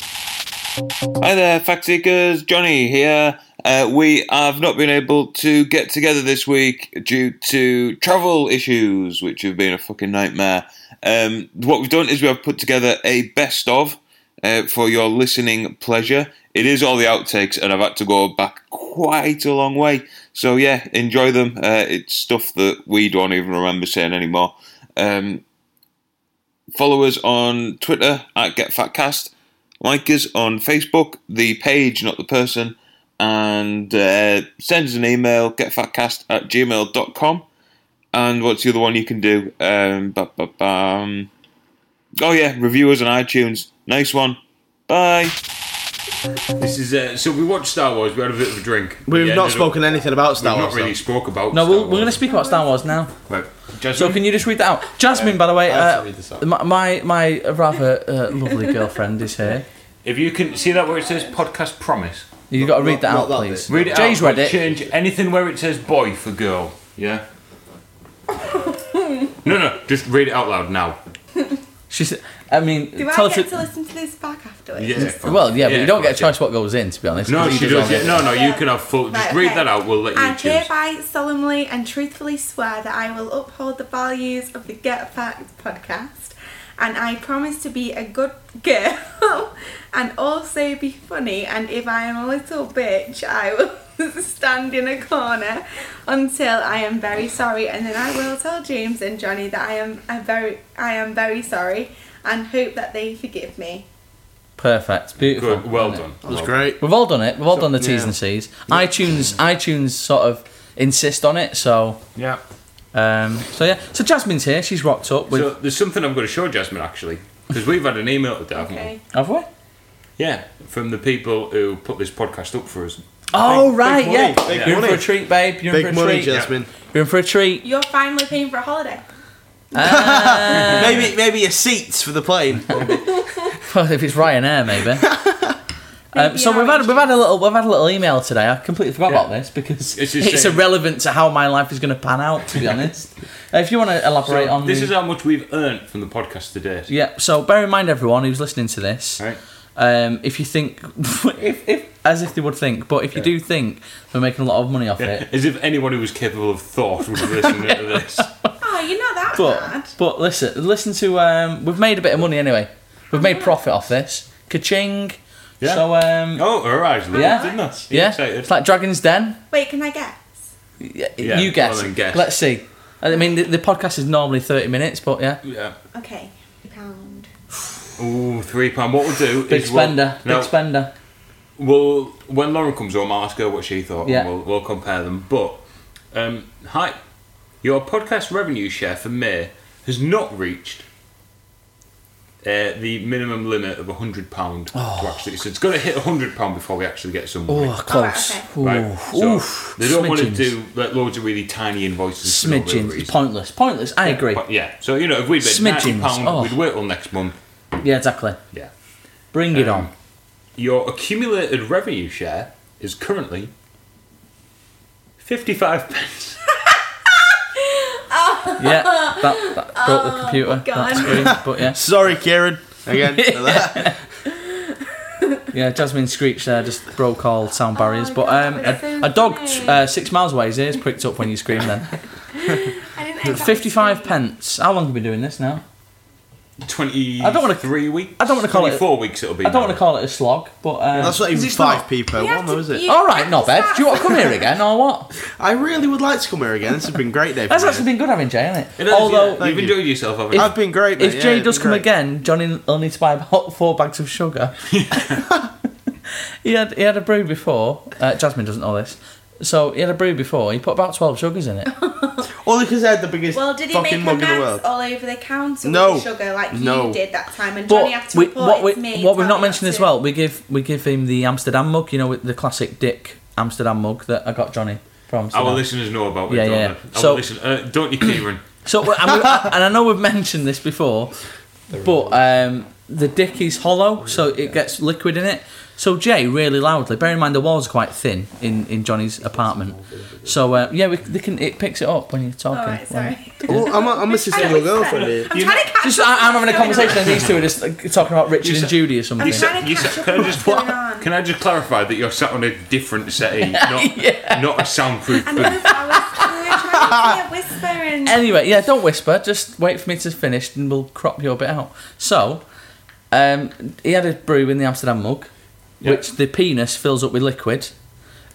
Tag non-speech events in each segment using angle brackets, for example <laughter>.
Hi there, fact seekers. Johnny here. Uh, we have not been able to get together this week due to travel issues, which have been a fucking nightmare. Um, what we've done is we have put together a best of uh, for your listening pleasure. It is all the outtakes, and I've had to go back quite a long way. So yeah, enjoy them. Uh, it's stuff that we don't even remember saying anymore. Um, follow us on Twitter at GetFatCast, like us on Facebook, the page, not the person, and uh, send us an email, getfatcast at gmail.com. And what's the other one you can do? Um, ba- ba- bam. Oh, yeah, review us on iTunes. Nice one. Bye. This is uh, so we watched Star Wars. We had a bit of a drink. We've We not ended spoken Up, anything about we've Star not Wars. really spoke about. No, Star we'll, we're going to speak about Star Wars now. Right. So can you just read that out? Jasmine, by the way, I have uh, to read this out. my my, my rather uh, <laughs> lovely girlfriend is here. if you can see that where it says podcast promise, You got to read that not out, that please. bit. read it Jay's out. read but it. Change anything where it says boy for girl. Yeah. no, no, just read it out loud now. She's. I mean, Do tell I us. get it- to listen to this back afterwards? Yeah. of course. well, yeah, but you don't of get a course, choice what goes in, to be honest. yeah. No, 'cause he she does does. all Yeah. the- No, no, you can have full. Just Right, read okay. that out. We'll let you I choose. hereby solemnly and truthfully swear that I will uphold the values of the Get Facts podcast and I promise to be a good girl <laughs> and also be funny and if I am a little bitch I will <laughs> stand in a corner until I am very sorry and then I will tell James and Johnny that I am a very I am very sorry and hope that they forgive me. Perfect, beautiful. Good. Well Isn't it? done. That was great. We've all done it. We've all done the T's and C's. iTunes, iTunes, sort of insist on it. So, Yeah. um, so yeah. So Jasmine's here. She's rocked up with. So there's something I'm going to show Jasmine actually because we've had an email today, haven't we? Okay. have we? Yeah, from the people who put this podcast up for us. Oh big right, money, yeah. big You're in for money. a treat, babe. You're in Big for a money, treat. Jasmine. You're in for a treat. You're finally paying for a holiday. Uh, Maybe maybe your seats for the <laughs> plane. Well, if it's Ryanair, <laughs> maybe. Um, Maybe so we've had orange we've had a little we've had a little email today. I completely forgot Yeah. about this because It's it's, just saying- irrelevant to how my life is going to pan out. <laughs> To be honest, Uh, if you want to So elaborate on this the- is how much we've earned from the podcast <laughs> today. yeah. So bear in mind, everyone who's listening to this, Right. um, if you think, <laughs> if, if as if they would think, but if you do think they're making a lot of money <laughs> off it, As if anyone who was capable of thought was listening <laughs> to this. Oh, you're not that bad. but but listen, listen to um, we've made a bit of money anyway. We've made profit off this. Ka-ching. Yeah. So um, Oh, all right, Yeah. didn't it? yeah, Excited. it's like Dragon's Den. Wait, can I guess? Yeah, you guess. well then guess. Let's see. I mean, the, the podcast is normally 30 minutes, but yeah. Yeah. Okay. Pound. Ooh, three pound. What we'll do Big is spender. We'll, no, Big spender. we'll when Lauren comes home, I'll ask her what she thought, Yeah. and we'll, we'll compare them. But um, hi, your podcast revenue share for May has not reached uh, the minimum limit of hundred pound to actually. So it's going to hit hundred pound before we actually get some money. Oh, close. okay. Ooh, Right. So oof. they don't want to Smidgens. do like, loads of really tiny invoices. for no real Smidgens. reason. Pointless. Pointless. I agree. But yeah, so you know, if we bid ninety Smidgens. pound, Oh. we'd wait till next month. Yeah, exactly. Yeah. Bring it Um. on. Your accumulated revenue share is currently fifty-five pence. Yeah. <laughs> That, that broke the computer. Oh, God. That screen. But yeah. Sorry, Kieran. <laughs> Again. for that. Yeah, Jasmine Screech there just broke all sound barriers. my but Oh, God, um, that's a, so a dog funny. uh, six miles away, his ears pricked up when <laughs> you screamed then. I didn't know. that was 55 sweet. pence. How long have we been doing this now? twenty. I don't wanna- three weeks. I don't wanna call it- four weeks. It'll be. I don't want now. to call it a slog, but um, That's not is even it five not? p per You have one, to- though, is it? you- <laughs> All right, not bad. Do you want to come here again or what? I really would like to come here again. It's been a great <laughs> day. For That's me. actually been good having Jay, hasn't it? It is, Although, yeah. you've Thank you. enjoyed yourself, haven't you? I've been great. if mate, Jay yeah, does been come great. again, Johnny will need to buy about four bags of sugar. he had he had a brew before. Uh, Jasmine doesn't know this, so he had a brew before. He put about twelve sugars <laughs> in it. only because I had the biggest Well, did he fucking make mug in the mess world. all over the counter No. with the sugar like No. you did that time? And Johnny had But to we, report what we it's me. what we've tell not me mentioned to- as well, we give we give him the Amsterdam mug. You know, with the classic Dick Amsterdam mug that I got Johnny from. Our Amsterdam. listeners know about it. Yeah, don't yeah. they? Our So- listen, uh, don't you, <clears throat> Kieran? So, and, we, and I know we've mentioned this before, but um, the dick is hollow, so it gets liquid in it. So Jay really loudly. Bear in mind the walls are quite thin in, in Johnny's apartment. So uh, yeah, we, they can it picks it up when you're talking. All right, sorry. Oh, I'm a, I'm a I single know, girlfriend sorry. here. I'm trying to catch Just up I, I'm what's having a going conversation, on. and these two are just like, talking about Richard You and sa- Judy or something. I'm sa- trying to you catch sa- up can I what's just going on. can I just clarify that you're sat on a different <laughs> settee, not not a soundproof And booth? if I was we were trying to say a whisper and Anyway, yeah, don't whisper. Just wait for me to finish, and we'll crop your bit out. So, um, he had a brew in the Amsterdam mug, Yeah. which the penis fills up with liquid,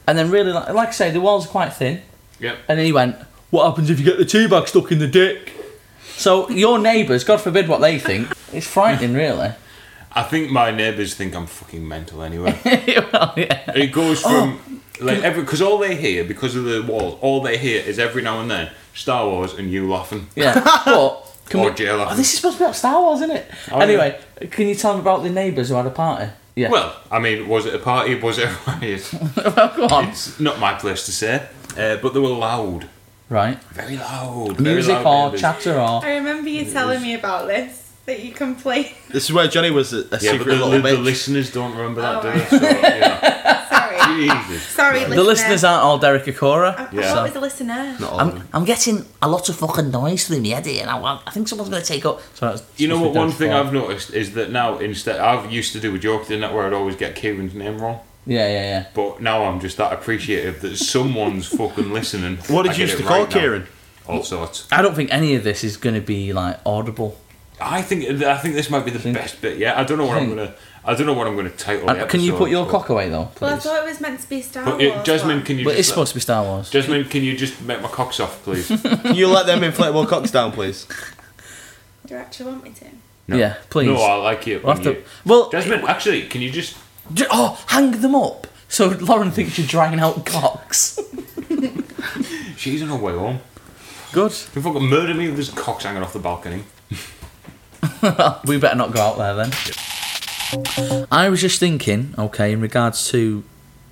and then really, like, like I say, the walls are quite thin. Yep. And then he went, "What happens if you get the tea bag stuck in the dick?" So your neighbours, God forbid what they think, it's frightening, really. <laughs> I think my neighbours think I'm fucking mental <laughs> anyway. well, yeah. It Oh. goes from like every because all they hear because of the wall, all they hear is every now and then Star Wars and you laughing. yeah. <laughs> But can Or we- jail oh, laughing. this is supposed to be about Star Wars, isn't it? Oh, anyway, can you tell them about the neighbours who had a party? Yeah. <laughs> Well, I mean, was it a party? Was it a <laughs> riot? well go on. it's not my place to say, uh, but they were loud, Right. very loud. very Music loud or neighbours. chatter or I remember you telling me about this that you complained. This is where Johnny was a, a Yeah, secret but the, little the, the bitch. listeners don't remember that, Oh, do they? So, yeah. <laughs> Sorry, Jesus. sorry, listener. the listeners aren't all Derek Akora. I Yeah. thought it was a listener. Not all of I'm, them. I'm getting a lot of fucking noise through my head here, and I, want- I think someone's going to take up. So that's You know what? supposed to be One thing Derek's fault. I've noticed is that now instead I've used to do a joke in that where I'd always get Kieran's name wrong, Yeah, yeah, yeah. but now I'm just that appreciative that someone's fucking listening. What I did you get used it to call right now. Kieran? All sorts. I don't think any of this is going to be like audible. I think I think this might be the best bit. Yeah, I don't know what I'm Think. gonna. I don't know what I'm gonna title. And the Uh, can you episode, put your but- cock away though, Well, I please? thought it was meant to be a Star But Wars. it, Jasmine, one. can you? But just it's let- supposed to be Star Wars. Jasmine, can you just make my cocks off, please? Can you let them inflatable cocks down, please? Do you actually want me to? <laughs> Yeah, please. No, I like it. We'll when have to- you- well, Jasmine, actually, can you just? J- oh, hang them up. So Lauren thinks you're drying out cocks. She's on her way home. Good. Can fucking murder me with his cocks hanging off the balcony. we better not go out there then. I was just thinking, okay, in regards to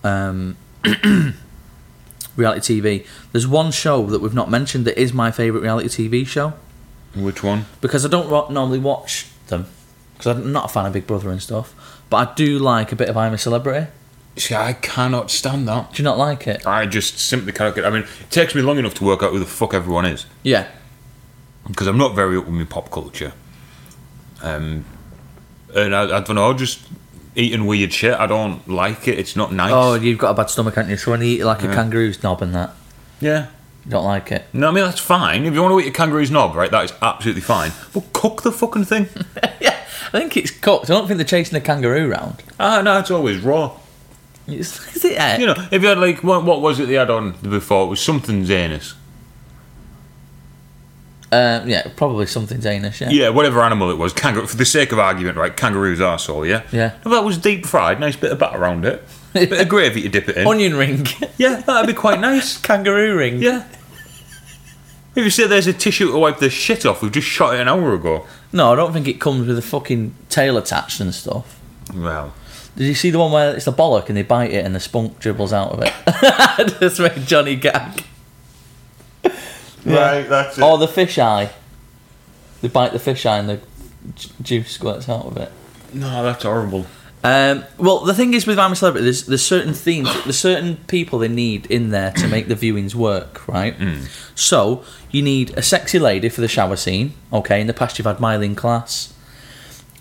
um, <clears throat> reality TV, there's one show that we've not mentioned that is my favourite reality TV show Which one? because I don't ro- normally watch them because I'm not a fan of Big Brother and stuff, but I do like a bit of I'm a Celebrity. See, I cannot stand that. Do you not like it? I just simply cannot get. I mean, it takes me long enough to work out who the fuck everyone is Yeah. because I'm not very up with my pop culture. Um, and I, I don't know. I just eating weird shit. I don't like it. It's not nice. Oh, you've got a bad stomach, haven't you? So when you eat like a Yeah. kangaroo's knob and that, yeah. you don't like it. <laughs> No, I mean that's fine. If you want to eat a kangaroo's knob, right, that is absolutely fine. But cook the fucking thing. <laughs> yeah, I think it's cooked. I don't think they're chasing a kangaroo round. ah, no, it's always raw. It's, is it? eh? You know, if you had like what, what was it they had on before? It was something's anus. Um, yeah, probably something Danish. Yeah. Yeah, whatever animal it was, kangaroo. For the sake of argument, right, kangaroo's arsehole, yeah. Yeah. If that was deep fried, nice bit of batter around <laughs> it, bit of gravy to dip it in. Onion ring, <laughs> yeah, that'd be quite nice. kangaroo ring. Yeah. If you say there's a tissue to wipe the shit off, we've just shot it an hour ago. No, I don't think it comes with a fucking tail attached and stuff. Well, Did you see the one where it's the bollock and they bite it and the spunk dribbles out of it? <laughs> Just made Johnny gag. <laughs> right, that's Or Oh, the fish eye. They bite the fish eye and the ju- juice squirts out of it. No, that's horrible. Um, well, the thing is with I'm a Celebrity, there's, there's certain themes, there's certain people they need in there to make the viewings work, right? Hmm. So, you need a sexy lady for the shower scene, okay? In the past, you've had Mylene Class.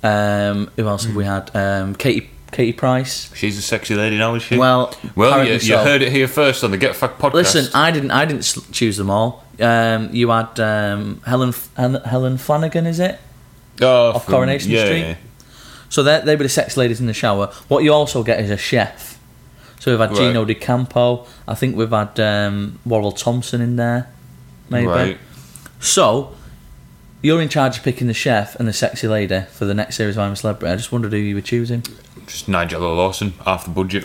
Um, who else have Hmm. we had? Um, Katie, Katie Price. She's a sexy lady now, is she? Well, well, you, apparently you so. heard it here first on the Get Fucked podcast. Listen, uh, I didn't, I didn't s- choose them all. Um, you had um, Helen, F- Helen Helen Flanagan, is it? Oh, off from- Coronation yeah, Street. yeah. So they they were the sex ladies in the shower. What you also get is a chef. So we've had Right. Gino Di Campo. I think we've had um, Warrell Thompson in there, maybe. Right. So you're in charge of picking the chef and the sexy lady for the next series of I'm a Celebrity. I just wondered who you were choosing. Just Nigella Lawson, half the <laughs> budget.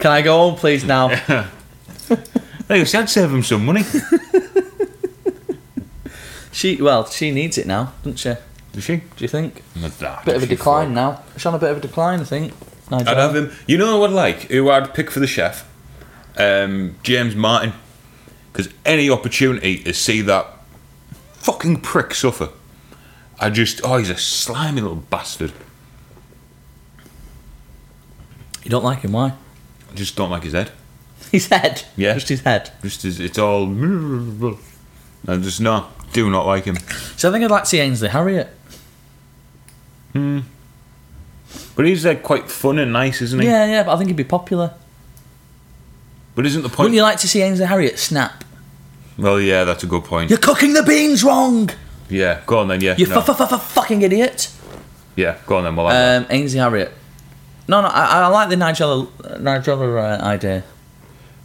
Can I go home, <laughs> please, now? Hey, see, I'd save him some <laughs> money. she well, she needs it now, doesn't she? Do Is she? you think? Not that, Bit of a she decline thought. now. She's on a bit of a decline, I think. Nigel. I'd have him. You know who I'd like? Who I'd pick for the chef? Um, James Martin. Because any opportunity to see that fucking prick suffer, I just oh, he's a slimy little bastard. You don't like him, why? <laughs> I just don't like his head. His head. Yeah. Just his head. Just his, it's all. <laughs> I just no, do not like him. So I think I'd like to see Ainsley Harriet. But he's like quite fun and nice, isn't he? Yeah, yeah, but I think he'd be popular. But isn't the point? Wouldn't you like to see Ainsley Harriet snap? well, yeah, that's a good point. You're cooking the beans wrong! Yeah, go on then. Yeah, You no. fucking idiot! yeah, go on then. We'll have that. Um, Ainsley Harriet. No, no, I, I like the Nigella, Nigella uh, idea.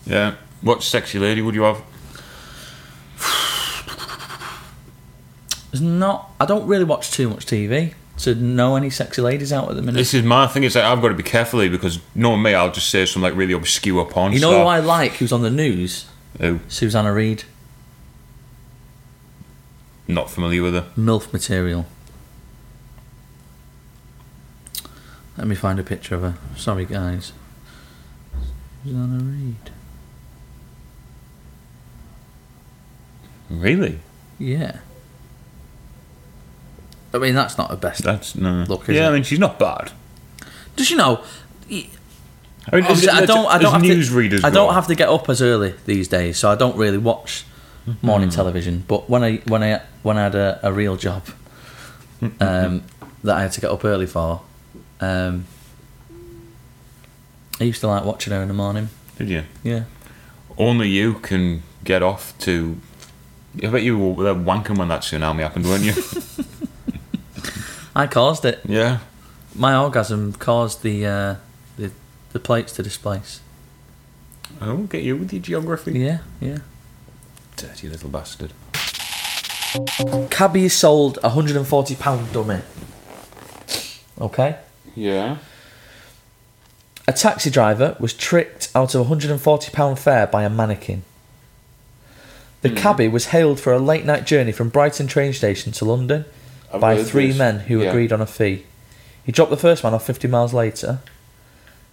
Yeah. What sexy lady would you have? It's not. I don't really watch too much TV to know any sexy ladies out at the minute. This is my thing. It's like I've got to be careful here because knowing me, I'll just say some like really obscure porn you know star. who I like who's on the news? Who? Susanna Reid. Not familiar with her. MILF material. Let me find a picture of her. Sorry, guys. Susanna Reid. Really? Yeah. I mean, that's not her best. That's no. Look, is yeah, I it? mean she's not bad. Does she know? I mean, Obviously, I don't. I don't have news to, readers. I don't have to get up as early these days, so I don't really watch morning television. But when I when I when I had a, a real job um, that I had to get up early for, um, I used to like watching her in the morning. Did you? Yeah, Only you can get off to. I bet you were there wanking when that tsunami happened, weren't <laughs> you? I caused it. yeah. My orgasm caused the uh, the the plates to displace. I won't get you with your geography. Yeah, yeah. Dirty little bastard. Cabby sold a hundred and forty pound dummy. Okay. Yeah. A taxi driver was tricked out of a £140 fare by a mannequin. The Hmm. cabbie was hailed for a late night journey from Brighton train station to London I've by heard three this. men who Yeah. agreed on a fee. He dropped the first man off 50 miles later.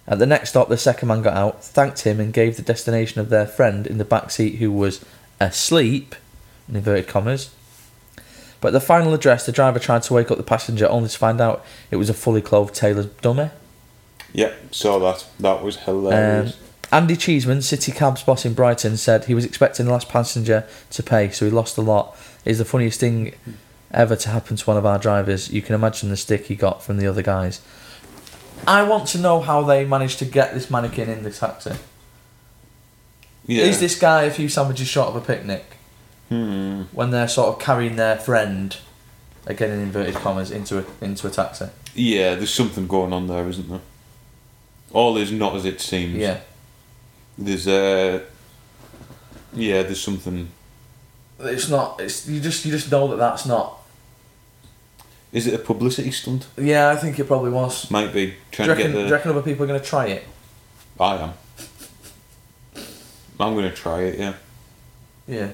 At the next stop, the second man got out, thanked him, and gave the destination of their friend in the back seat who was asleep, in inverted commas. But at the final address, the driver tried to wake up the passenger only to find out it was a fully clothed tailor's dummy. Yeah. Saw that. That was Um, Andy Cheeseman, City Cabs boss in Brighton, said he was expecting the last passenger to pay, so he lost a lot. It's the funniest thing ever to happen to one of our drivers. You can imagine the stick he got from the other guys. I want to know how they managed to get this mannequin in the taxi. yeah. Is this guy a few sandwiches short of a picnic? Hmm. When they're sort of carrying their friend, again in inverted commas, into a into a taxi. Yeah, there's something going on there, isn't there? All is not as it seems. Yeah. There's uh Yeah, there's something. It's not. It's you just you just know that that's not. Is it a publicity stunt? Yeah, I think it probably was. Might be Do trying you, to reckon, get do the. you reckon other people are going to try it? I am. I'm gonna try it. Yeah. Yeah.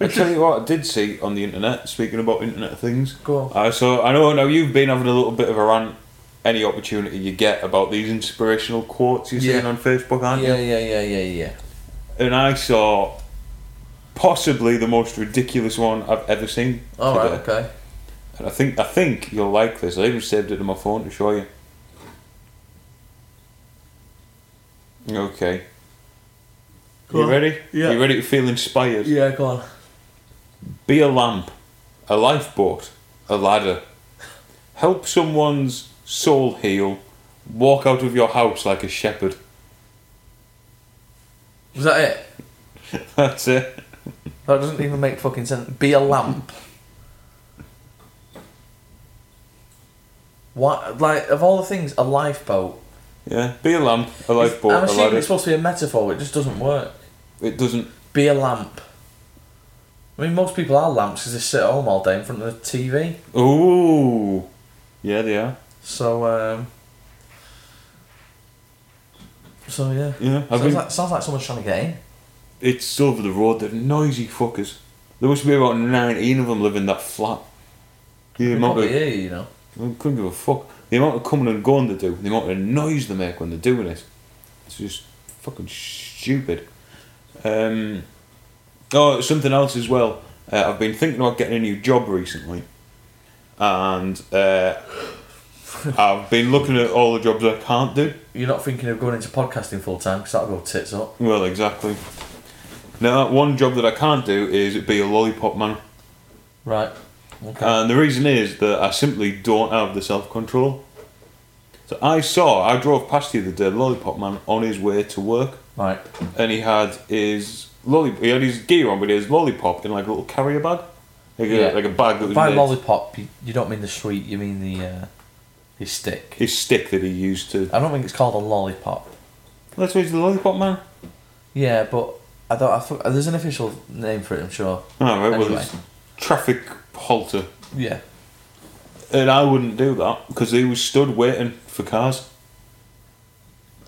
I tell you what, I did see on the internet. Speaking about internet things, Go on. Uh, so I know now you've been having a little bit of a rant. Any opportunity you get about these inspirational quotes you're Yeah. seeing on Facebook, aren't you? Yeah, yeah, yeah, yeah, yeah. and I saw possibly the most ridiculous one I've ever seen. All right, today. okay. And I think I think you'll like this. I even saved it to my phone to show you. Okay. Go you on. ready? Yeah. You ready to feel inspired? Yeah, go on. Be a lamp, a lifeboat, a ladder. Help someone's soul heal. Walk out of your house like a shepherd. Was that it? <laughs> That's it. That doesn't even make fucking sense. Be a lamp. What, like, of all the things, a lifeboat. Yeah. Be a lamp, a lifeboat, I'm a assuming ladder. it's supposed to be a metaphor, it just doesn't work. It doesn't. Be a lamp. I mean, most people are lamps because they sit at home all day in front of the TV. Ooh. Yeah, they are. So, um. So, yeah. Yeah, I've Sounds, been- like, sounds like someone's trying to get in. It's over the road. They're noisy fuckers. There must be about 19 of them living in that flat. The amount Probably of, here, you know. I couldn't give a fuck. The amount of coming and going they do, the amount of noise they make when they're doing it. It's just fucking stupid. Um, oh, something else as well. Uh, I've been thinking about getting a new job recently. And uh, I've been looking at all the jobs I can't do. You're not thinking of going into podcasting full time because that'll go tits up. Well, exactly. Now, one job that I can't do is be a lollipop man. Right. Okay. And the reason is that I simply don't have the self control. So I saw, I drove past the other day, Lollipop Man on his way to work, right. and he had his lollipop, he had his gear on, but he had his lollipop in like a little carrier bag. Like, a, Yeah. like a bag that was By made- lollipop, you, you don't mean the sweet, you mean the uh, the stick. his stick that he used to. I don't think it's called a lollipop. That's why he's the Lollipop Man. Yeah, but I don't. I thought there's an official name for it. I'm sure. Oh, right, well, Anyway. it's traffic halter. Yeah. And I wouldn't do that because he was stood waiting for cars.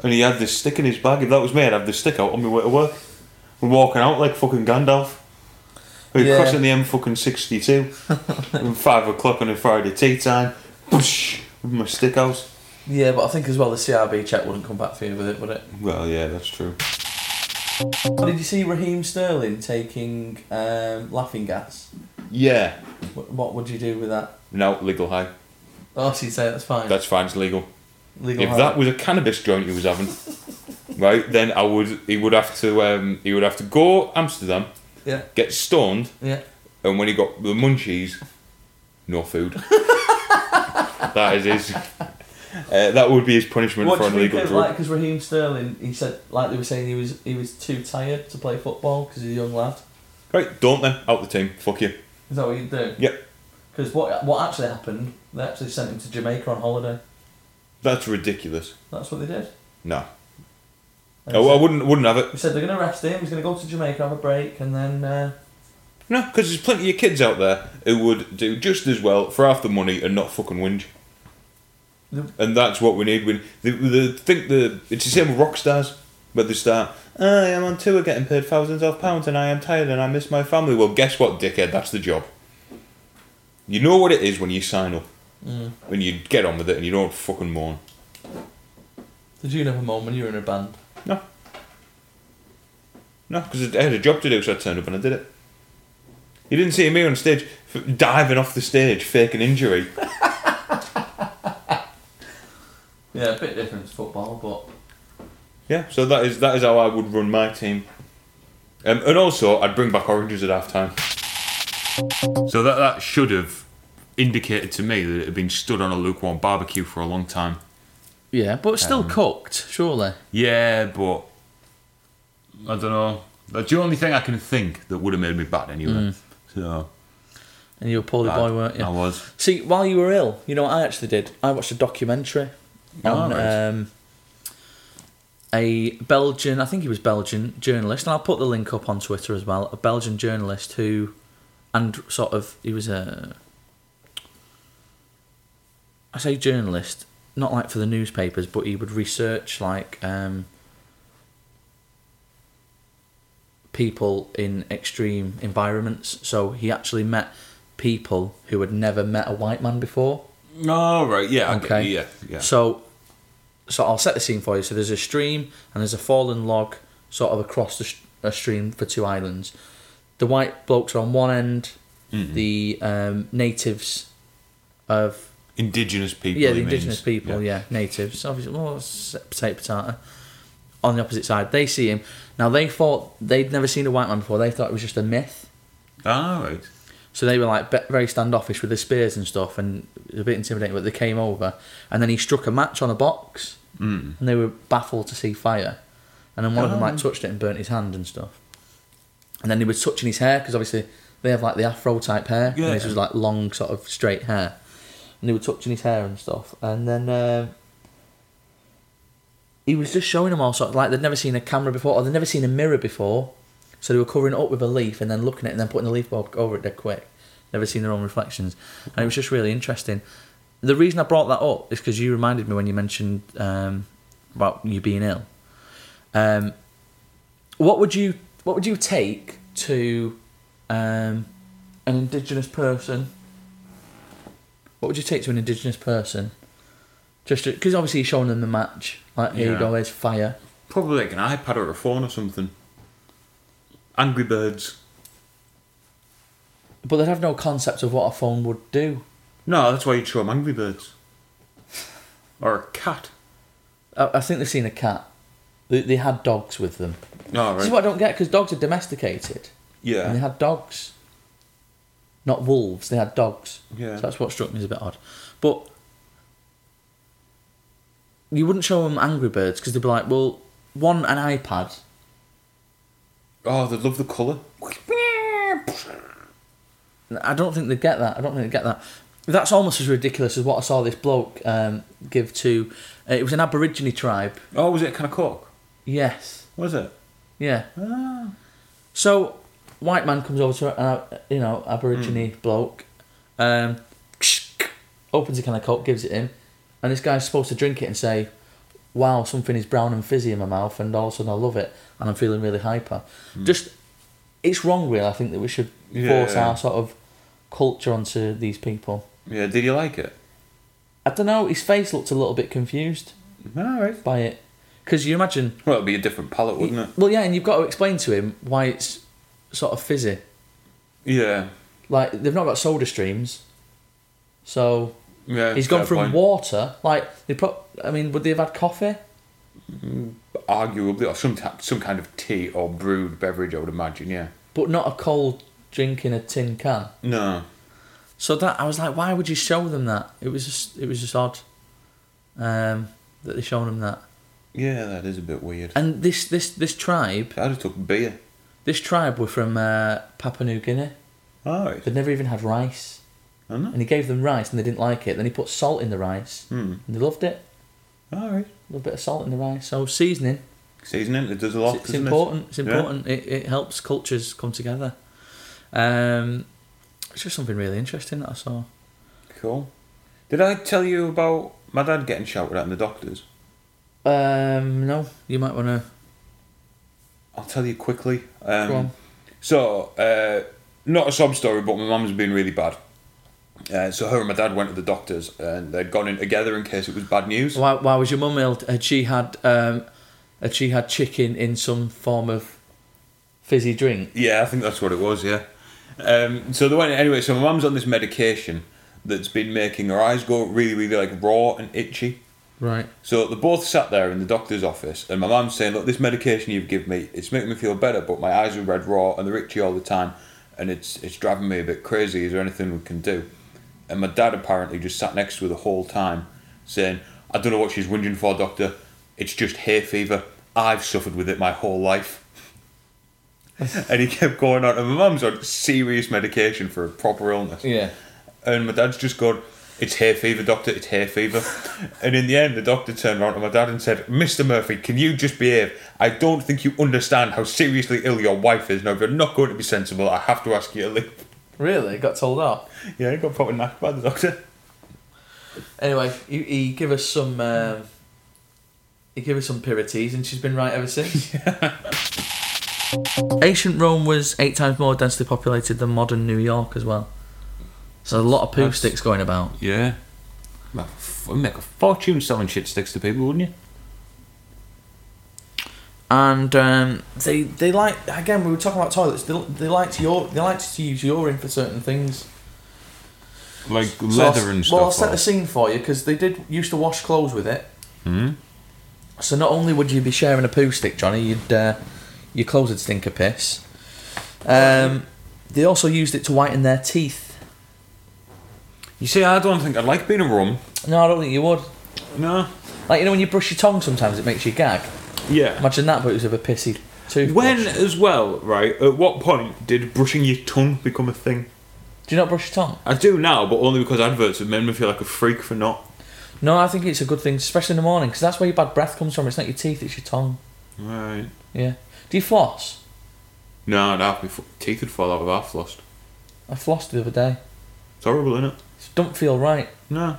And he had this stick in his bag. If that was me, I'd have this stick out on my way to work. We're walking out like fucking Gandalf. We're Yeah. crossing the M fucking <laughs> 62 at 5 o'clock on a Friday tea time. Push! With my stick out. Yeah, but I think as well the CRB check wouldn't come back for you with it, would it? Well, yeah, that's true. Did you see Raheem Sterling taking um, laughing gas? Yeah. What, what would you do with that? No, legal high. Oh, so you say that's fine. That's fine, it's legal. Legal. if that was a cannabis joint he was having, right, then I would, he would have to, um, he would have to go Amsterdam, Yeah. get stoned, Yeah. And when he got the munchies, no food. <laughs> that is his. Uh, that would be his punishment What for do an you think illegal it was drug. like? Because Raheem Sterling, he said, like they were saying, he was he was too tired to play football because he's a young lad. Right, don't then. Out the team. Fuck you. Is that what you do? Yep. Because what what actually happened? They actually sent him to Jamaica on holiday. That's ridiculous. That's what they did. No. And Oh, he I said- wouldn't. Wouldn't have it. He said they're going to arrest him. He's going to go to Jamaica, have a break, and then uh, No, because there's plenty of kids out there who would do just as well for half the money and not fucking whinge. Yep. And that's what we need. When the, the think the it's the same with rock stars, but they start. I am on tour getting paid thousands of pounds, and I am tired, and I miss my family. Well, guess what, dickhead? That's the job. You know what it is when you sign up, when you get on with it, and you don't fucking mourn. did you never moan when you were in a band? No. No, because I had a job to do, so I turned up and I did it. You didn't see me on stage f- diving off the stage, faking injury. <laughs> Yeah, a bit different to football, but yeah, so that is that is how I would run my team. Um, and also, I'd bring back oranges at half time. So that, that should have indicated to me that it had been stood on a lukewarm barbecue for a long time. yeah, but still cooked, surely. Yeah, but I don't know. That's the only thing I can think that would have made me bad anyway. So And you were a poorly bad boy, weren't you? I was. See, while you were ill, you know what I actually did? I watched a documentary on Alright. um, a Belgian, I think he was Belgian journalist, and I'll put the link up on Twitter as well. A Belgian journalist who, and sort of, he was a. I say journalist, not like for the newspapers, but he would research like um, people in extreme environments. So he actually met people who had never met a white man before. Oh right, yeah, I get Okay. you, yeah, yeah. So, so I'll set the scene for you. So there's a stream and there's a fallen log sort of across the sh- a stream for two islands. The white blokes are on one end. Mm-hmm. The um, natives of indigenous people. yeah, he the indigenous means. people, yeah. natives. Obviously, well, it's potato, potato. On the opposite side, they see him. Now they thought they'd never seen a white man before. They thought it was just a myth. Ah right. So they were like be- very standoffish with the spears and stuff, and a bit intimidating. But they came over, and then he struck a match on a box, mm. and they were baffled to see fire. And then one of them like touched it and burnt his hand and stuff. and then they were touching his hair because obviously they have like the afro type hair. Yeah. And this was like long sort of straight hair, and they were touching his hair and stuff. And then um he was just showing them all sorts. Like they'd never seen a camera before, or they'd never seen a mirror before. So they were covering it up with a leaf and then looking at it and then putting the leaf bulb over it dead quick. Never seen their own reflections, and it was just really interesting. The reason I brought that up is because you reminded me when you mentioned um, about you being ill. Um, what would you what would you take to um, an indigenous person? What would you take to an indigenous person? Just because obviously you're showing them the match. Like here you Yeah. go, here's fire. Probably like an iPad or a phone or something. Angry Birds. But they'd have no concept of what a phone would do. No, that's why you'd show them Angry Birds. Or a cat. I, I think they've seen a cat. They, they had dogs with them. No, This is what I don't get because dogs are domesticated. Yeah. And they had dogs. Not wolves, they had dogs. Yeah. So that's what struck me as a bit odd. But you wouldn't show them Angry Birds because they'd be like, well, one, an iPad. Oh, they love the colour. I don't think they'd get that. I don't think they'd get that. That's almost as ridiculous as what I saw this bloke um, give to. Uh, it was an Aborigine tribe. Oh, was it kind of cork? Yes. Was it? Yeah. Ah. So, white man comes over to uh, you know Aborigine Hmm. bloke, um, <sniffs> opens a can of coke, gives it him, and this guy's supposed to drink it and say, "Wow, something is brown and fizzy in my mouth, and all of a sudden I love it, and I'm feeling really hyper." Just, it's wrong, really. I think that we should force Hmm. Yeah. our sort of culture onto these people. Yeah, did you like it? I don't know. His face looked a little bit confused Alright. by it, because you imagine Well, it'd be a different palette, wouldn't it? Well, yeah, and you've got to explain to him why it's sort of fizzy. Yeah. Like they've not got soda streams, so Yeah. he's gone fair from point. water. Like they pro- I mean, would they have had coffee? Arguably, or some, ta- some kind of tea or brewed beverage, I would imagine, yeah. But not a cold drink in a tin can. No. So that I was like, why would you show them that? It was just, it was just odd um, that they shown them that. Yeah, that is a bit weird. And this this this tribe, I'd have took beer. this tribe were from uh, Papua New Guinea. Alright. They'd never even had rice. I know. And he gave them rice, and they didn't like it. Then he put salt in the rice, Mm. and they loved it. Alright. a little bit of salt in the rice. So seasoning, Seasoning, it does a it's, lot. it's doesn't it? important. It's Yeah. important. It, it helps cultures come together. Um, it's just something really interesting that I saw. Cool. Did I tell you about my dad getting shouted at in the doctors? Um, no, you might want to. I'll tell you quickly. Um, Go on. So, uh, not a sob story, but my mum's been really bad. Uh, so her and my dad went to the doctors, and they'd gone in together in case it was bad news. Why, why was your mum ill? Had she had um, had she had chicken in some form of fizzy drink? Yeah, I think that's what it was. Yeah. Um, so they went anyway. So my mum's on this medication that's been making her eyes go really, really like raw and itchy. Right. So they both sat there in the doctor's office, and my mum's saying, "Look, this medication you've given me, it's making me feel better, but my eyes are red raw and they're itchy all the time, and it's it's driving me a bit crazy. Is there anything we can do?" And my dad apparently just sat next to her the whole time, saying, "I don't know what she's whinging for, doctor. It's just hay fever. I've suffered with it my whole life." and he kept going on, and my mum's on serious medication for a proper illness. Yeah. And my dad's just gone, it's hay fever, doctor, it's hay fever. and in the end, the doctor turned around to my dad and said, Mr. Murphy, can you just behave? I don't think you understand how seriously ill your wife is. Now, if you're not going to be sensible, I have to ask you to leave. <laughs> Really? Got told off. Yeah, he got proper knocked by the doctor. Anyway, he, he give us some. Um, he gave us some pirates, and she's been right ever since. Ancient Rome was eight times more densely populated than modern New York as well. So a lot of poo That's- sticks going about. Yeah. Make a fortune selling shit sticks to people, wouldn't you? And um, they they like again we were talking about toilets. They, they like to your they like to use urine for certain things. Like So leather I'll- and stuff. Well, I'll set or- the scene for you because they did used to wash clothes with it. Hmm? Mm. So not only would you be sharing a poo stick, Johnny, you'd uh, your clothes would stink of piss. Um, they also used it to whiten their teeth. You see, I don't think I'd like being a rum. No, I don't think you would. No. Like you know when you brush your tongue, sometimes it makes you gag. Yeah. Imagine that, but it was with a pissy Toothbrush. When as well, right? At what point did brushing your tongue become a thing? Do you not brush your tongue? I do now, but only because adverts have made me feel like a freak for not. No, I think it's a good thing, especially in the morning, because that's where your bad breath comes from. It's not your teeth, it's your tongue. Right. Yeah. Do you floss? No, I'd have before teeth would fall out if I flossed. I flossed the other day. It's horrible, innit? It don't feel right. No.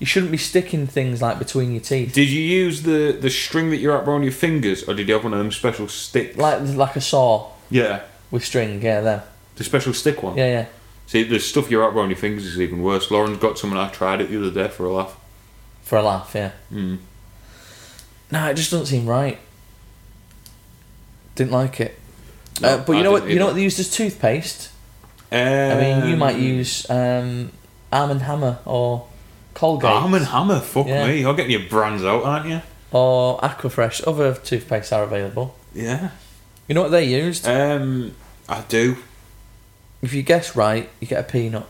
You shouldn't be sticking things like between your teeth, Did you use the the string that you wrap around your fingers, or did you have one of them special stick? like like a saw yeah, with string. Yeah, them. the special stick one. Yeah, yeah. See, the stuff you wrap around your fingers is even worse. Lauren's got some, and I tried it the other day for a laugh. For a laugh. Yeah. Mm. No, it just doesn't seem right. Didn't like it. No, uh, but you I know what? didn't You know either. what they used as toothpaste. I Um, mean, you might use um, Arm and Hammer or Colgate Arm and Hammer. Fuck Yeah. me, you're getting your brands out, aren't you? or Aquafresh. Other toothpastes are available. Yeah. You know what they used? Um, I do. if you guess right, you get a peanut.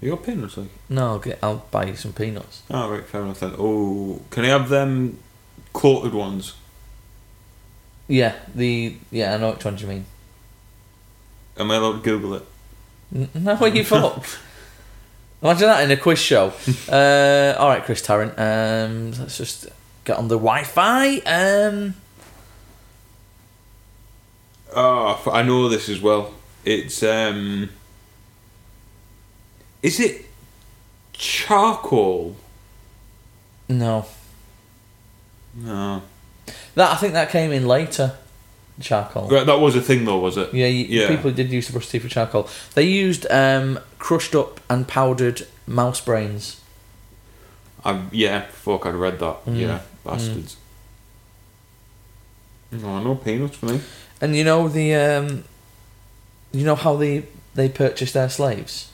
You got peanuts, like? No, I'll, get, I'll buy you some peanuts. Oh, right, fair enough then. Oh, can I have them coated ones? Yeah, the yeah, I know which ones you mean. Am I allowed to Google it? N- No, what you fuck. Imagine that in a quiz show. Uh, all right, Chris Tarrant. Um, let's just get on the Wi-Fi. Um, Oh, I know this as well. It's um, is it charcoal? no, No, that I think that came in later. Charcoal. Right, that was a thing though, was it? Yeah, you, yeah. people did use to brush teeth with charcoal. They used um, crushed up and powdered mouse brains. I, yeah, fuck, I'd read that. Mm. Yeah, bastards. No, no peanuts for me. And you know the, um, you know how they they purchased their slaves.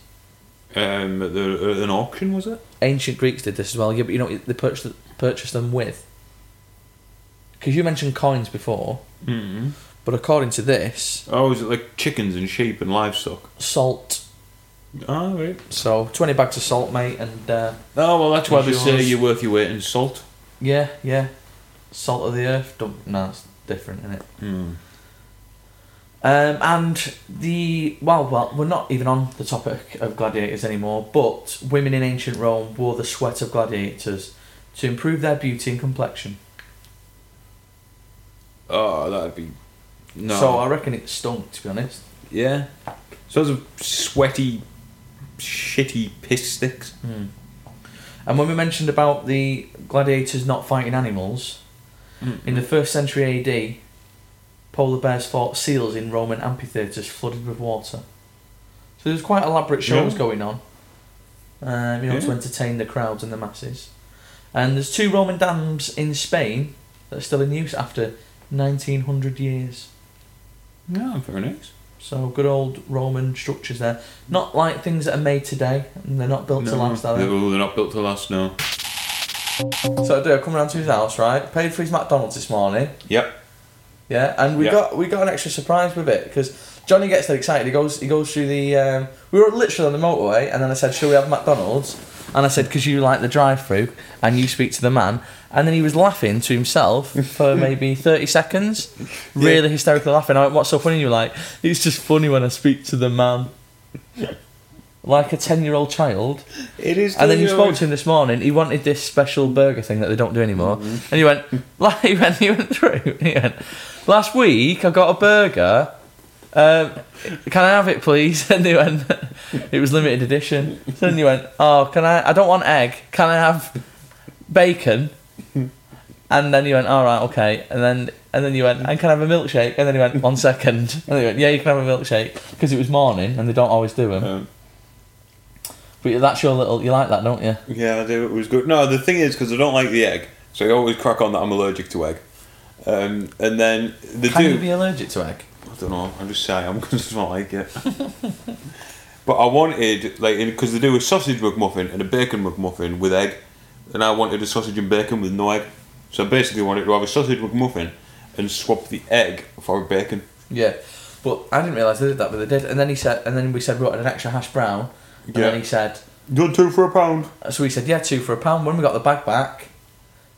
Um, at the, at an auction was it? Ancient Greeks did this as well. Yeah, but you know what they purchased purchased them with. Because you mentioned coins before, mm but according to this, Oh, is it like chickens and sheep and livestock? salt. Ah, right. So twenty bags of salt, mate, and uh, Oh well, that's why they say Yours. you're worth your weight in salt. yeah, yeah, salt of the earth. Don't, no, it's different, isn't it? Mm. Um, and the well, well, we're not even on the topic of gladiators anymore. But women in ancient Rome wore the sweat of gladiators to improve their beauty and complexion. Oh, that'd be no. So I reckon it stunk, to be honest. Yeah. So those are sweaty, shitty piss sticks. And when we mentioned about the gladiators not fighting animals, Mm-hmm. in the first century AD, polar bears fought seals in Roman amphitheatres flooded with water. So there's quite elaborate shows Yeah. going on, um, you know, to Yeah. entertain the crowds and the masses. And there's two Roman dams in Spain that are still in use after 1900 years. Yeah, very nice. So good old Roman structures there. Not like things that are made today, and they're not built to last, are they? they're not built to last, no. So I do. I come round to his house, right? Paid for his McDonald's this morning. Yep. Yeah, and we Yeah. got we got an extra surprise with it because Johnny gets that excited. He goes he goes through the. Um, we were literally on the motorway, and then I said, "Shall we have McDonald's?" And I said, "Because you like the drive-through, and you speak to the man." And then he was laughing to himself for maybe thirty seconds, really hysterically laughing. I went, "What's so funny?" And you were like, "It's just funny when I speak to the man." Like a ten-year-old child, It is. and then you spoke to him this morning. He wanted this special burger thing that they don't do anymore, and he went, <laughs> like, he went, he went through. <laughs> He went, Last week I got a burger. Um, can I have it, please? <laughs> And he went, it was limited edition. So then you went, oh, can I? I don't want egg. Can I have bacon? And then you went, all right, okay. And then and then you went, and can I have a milkshake? And then he went, one second. <laughs> And then he went, yeah, you can have a milkshake because it was morning and they don't always do them. Um, But that's your little, you like that, don't you? yeah, I do. It was good. No, the thing is, because I don't like the egg, so I always crack on that I'm allergic to egg. Um, and then the Can do. you be allergic to egg? I don't know. I just say I'm <laughs> because I don't like it. but I wanted like because they do a sausage McMuffin and a bacon McMuffin with egg, and I wanted a sausage and bacon with no egg. So I basically wanted to have a sausage McMuffin and swap the egg for a bacon. Yeah, but I didn't realise they did that, but they did. And then he said, and then we said we wanted an extra hash brown. And Yeah. then he said, Done two for a pound. so we said, yeah, two for a pound. When we got the bag back,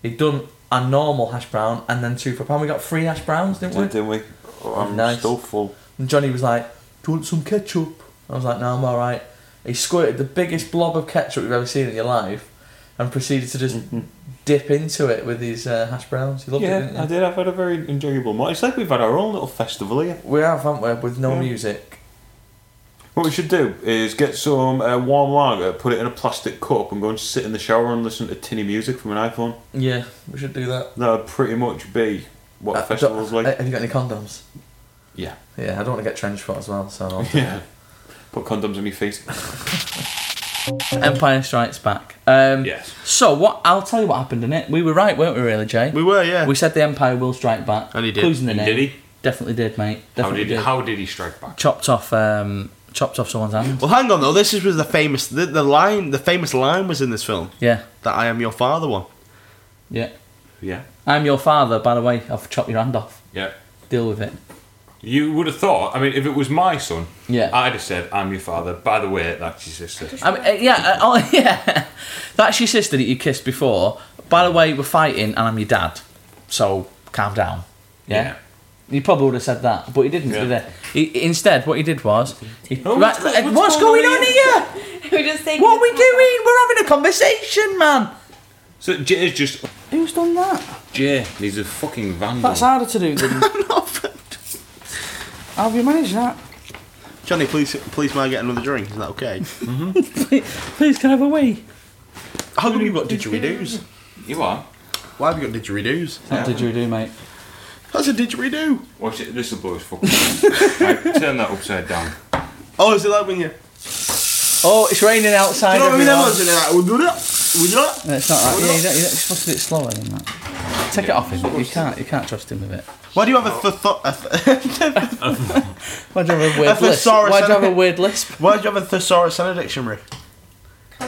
he'd done a normal hash brown, and then two for a pound. We got three hash browns, didn't we? Did, didn't we? Oh, I'm Nice. still full. And Johnny was like, Do you want some ketchup? I was like, No, I'm alright. He squirted the biggest blob of ketchup you've ever seen in your life and proceeded to just dip into it with his uh, hash browns. You loved it, Yeah, didn't you? I did. I've had a very enjoyable morning. It's like we've had our own little festival here. We have, haven't we? With no Yeah. music. What we should do is get some uh, warm lager, put it in a plastic cup, and go and sit in the shower and listen to tinny music from an iPhone. Yeah, we should do that. That would pretty much be what Uh, a festival's don't- like. uh, Have you got any condoms? yeah, Yeah, I don't want to get trench foot as well, so. <laughs> yeah. Put condoms on your feet. <laughs> Empire Strikes Back. Um, Yes. So, what? I'll tell you what happened in it. We were right, weren't we, really, Jay? We were, yeah. We said the Empire will strike back. And he did. Clues in the name. Did he? Definitely did, mate. How Definitely did, he, how did he strike back? chopped off um, chopped off someone's hand. Well, hang on though. This is was the famous the, the line. The famous line was in this film. Yeah, That I am your father one. <laughs> yeah. Yeah. I'm your father, by the way. I've chopped your hand off. Yeah. Deal with it. You would have thought, I mean, if it was my son, Yeah. I'd have said, I'm your father. By the way, that's your sister. I mean, uh, yeah, uh, oh, <laughs> yeah. That's your sister that you kissed before. By the way, we're fighting, and I'm your dad. So calm down. Yeah. Yeah. He probably would have said that, but he didn't. Yeah. Did he? He- instead, what he did was, he, Oh, right, what's go- uh, what's, what's going going on on here? We're just taking What are the we time doing? We're having a conversation, man. So Jay's just. Who's done that? Jay, he's a fucking vandal. That's harder to do than. How have you managed that? Johnny, please, please, may I get another drink? Is that okay? Please, can I have a wee? <laughs> How come you've got didgeridoos? You are. Why have you got didgeridoos? What did you do, mate? That's a didgeridoo. Watch it. This will blow his fucking mind. <laughs> right, Turn that upside down. Oh, is it that when you? Oh, it's raining outside. You know what I mean? That everyone. was in that. Would you do that? Would you do that? No, it's not that. Yeah, you don't, you don't, it's supposed to be a bit slower than that. Take it off him. You can't. You can't trust him with it. Why do you have a th- th- <laughs> a th- Why do you have a weird A lisp? thesaurus, Why do you have isn't a it? weird lisp? Why do you have a thesaurus and a dictionary?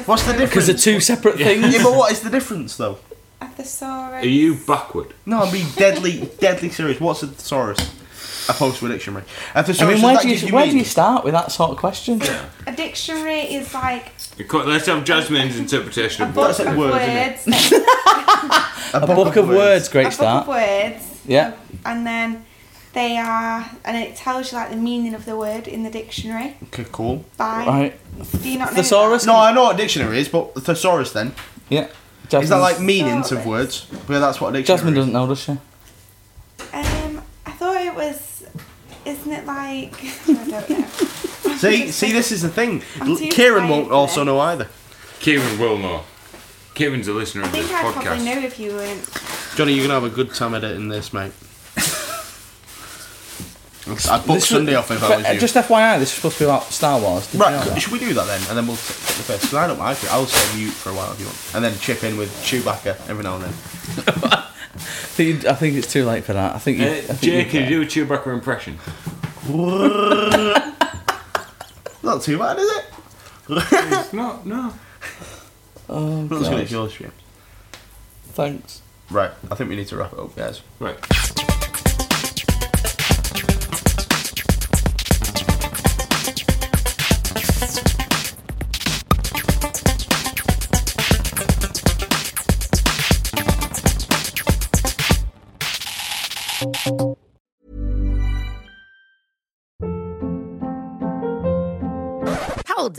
What's the Because difference? they're two separate things. yeah, but what is the difference though? A thesaurus. Are you backward? No, I'm being deadly, <laughs> deadly serious. What's a thesaurus? Opposed to a dictionary. A I thesaurus mean, is where that do gives you where do meaning. you start with that sort of question? A dictionary is like You can't- Let's have Jasmine's a interpretation of book That's what. like of words, isn't words. A book of words, a great book of start. words. Yeah. And then they are, and it tells you like the meaning of the word in the dictionary. Okay, cool. By Right. do you not know Thesaurus. No, I know what a dictionary is, but thesaurus then Yeah. is that like Jasmine's- meanings of Thesaurus. words? Yeah, that's what a dictionary. Jasmine is. doesn't know, does she? that? Um, I thought it was. Isn't it like? <laughs> I don't know. See, see, this is the thing. <laughs> I'm L- too Kieran tired won't for also this. know either. Kieran will know. Kieran's a listener I of this think I probably podcast. know if you weren't. Johnny, you're gonna have a good time editing this, mate. I'd book This Sunday was- off if I was but, uh, you. Just FYI, this is supposed to be about Star Wars. Did you know right, that? should we do that then? And then we'll take the first. Because I don't mind it. I'll stay mute for a while if you want, and then chip in with Chewbacca every now and then. I think- I think it's too late for that. I think. You, I Uh, think Jay, you- can you do a Chewbacca <laughs> impression? Not too bad, is it? It's not, no. Not as good as yours, Jim. Thanks. Right, I think we need to wrap it up, guys. Right. Hold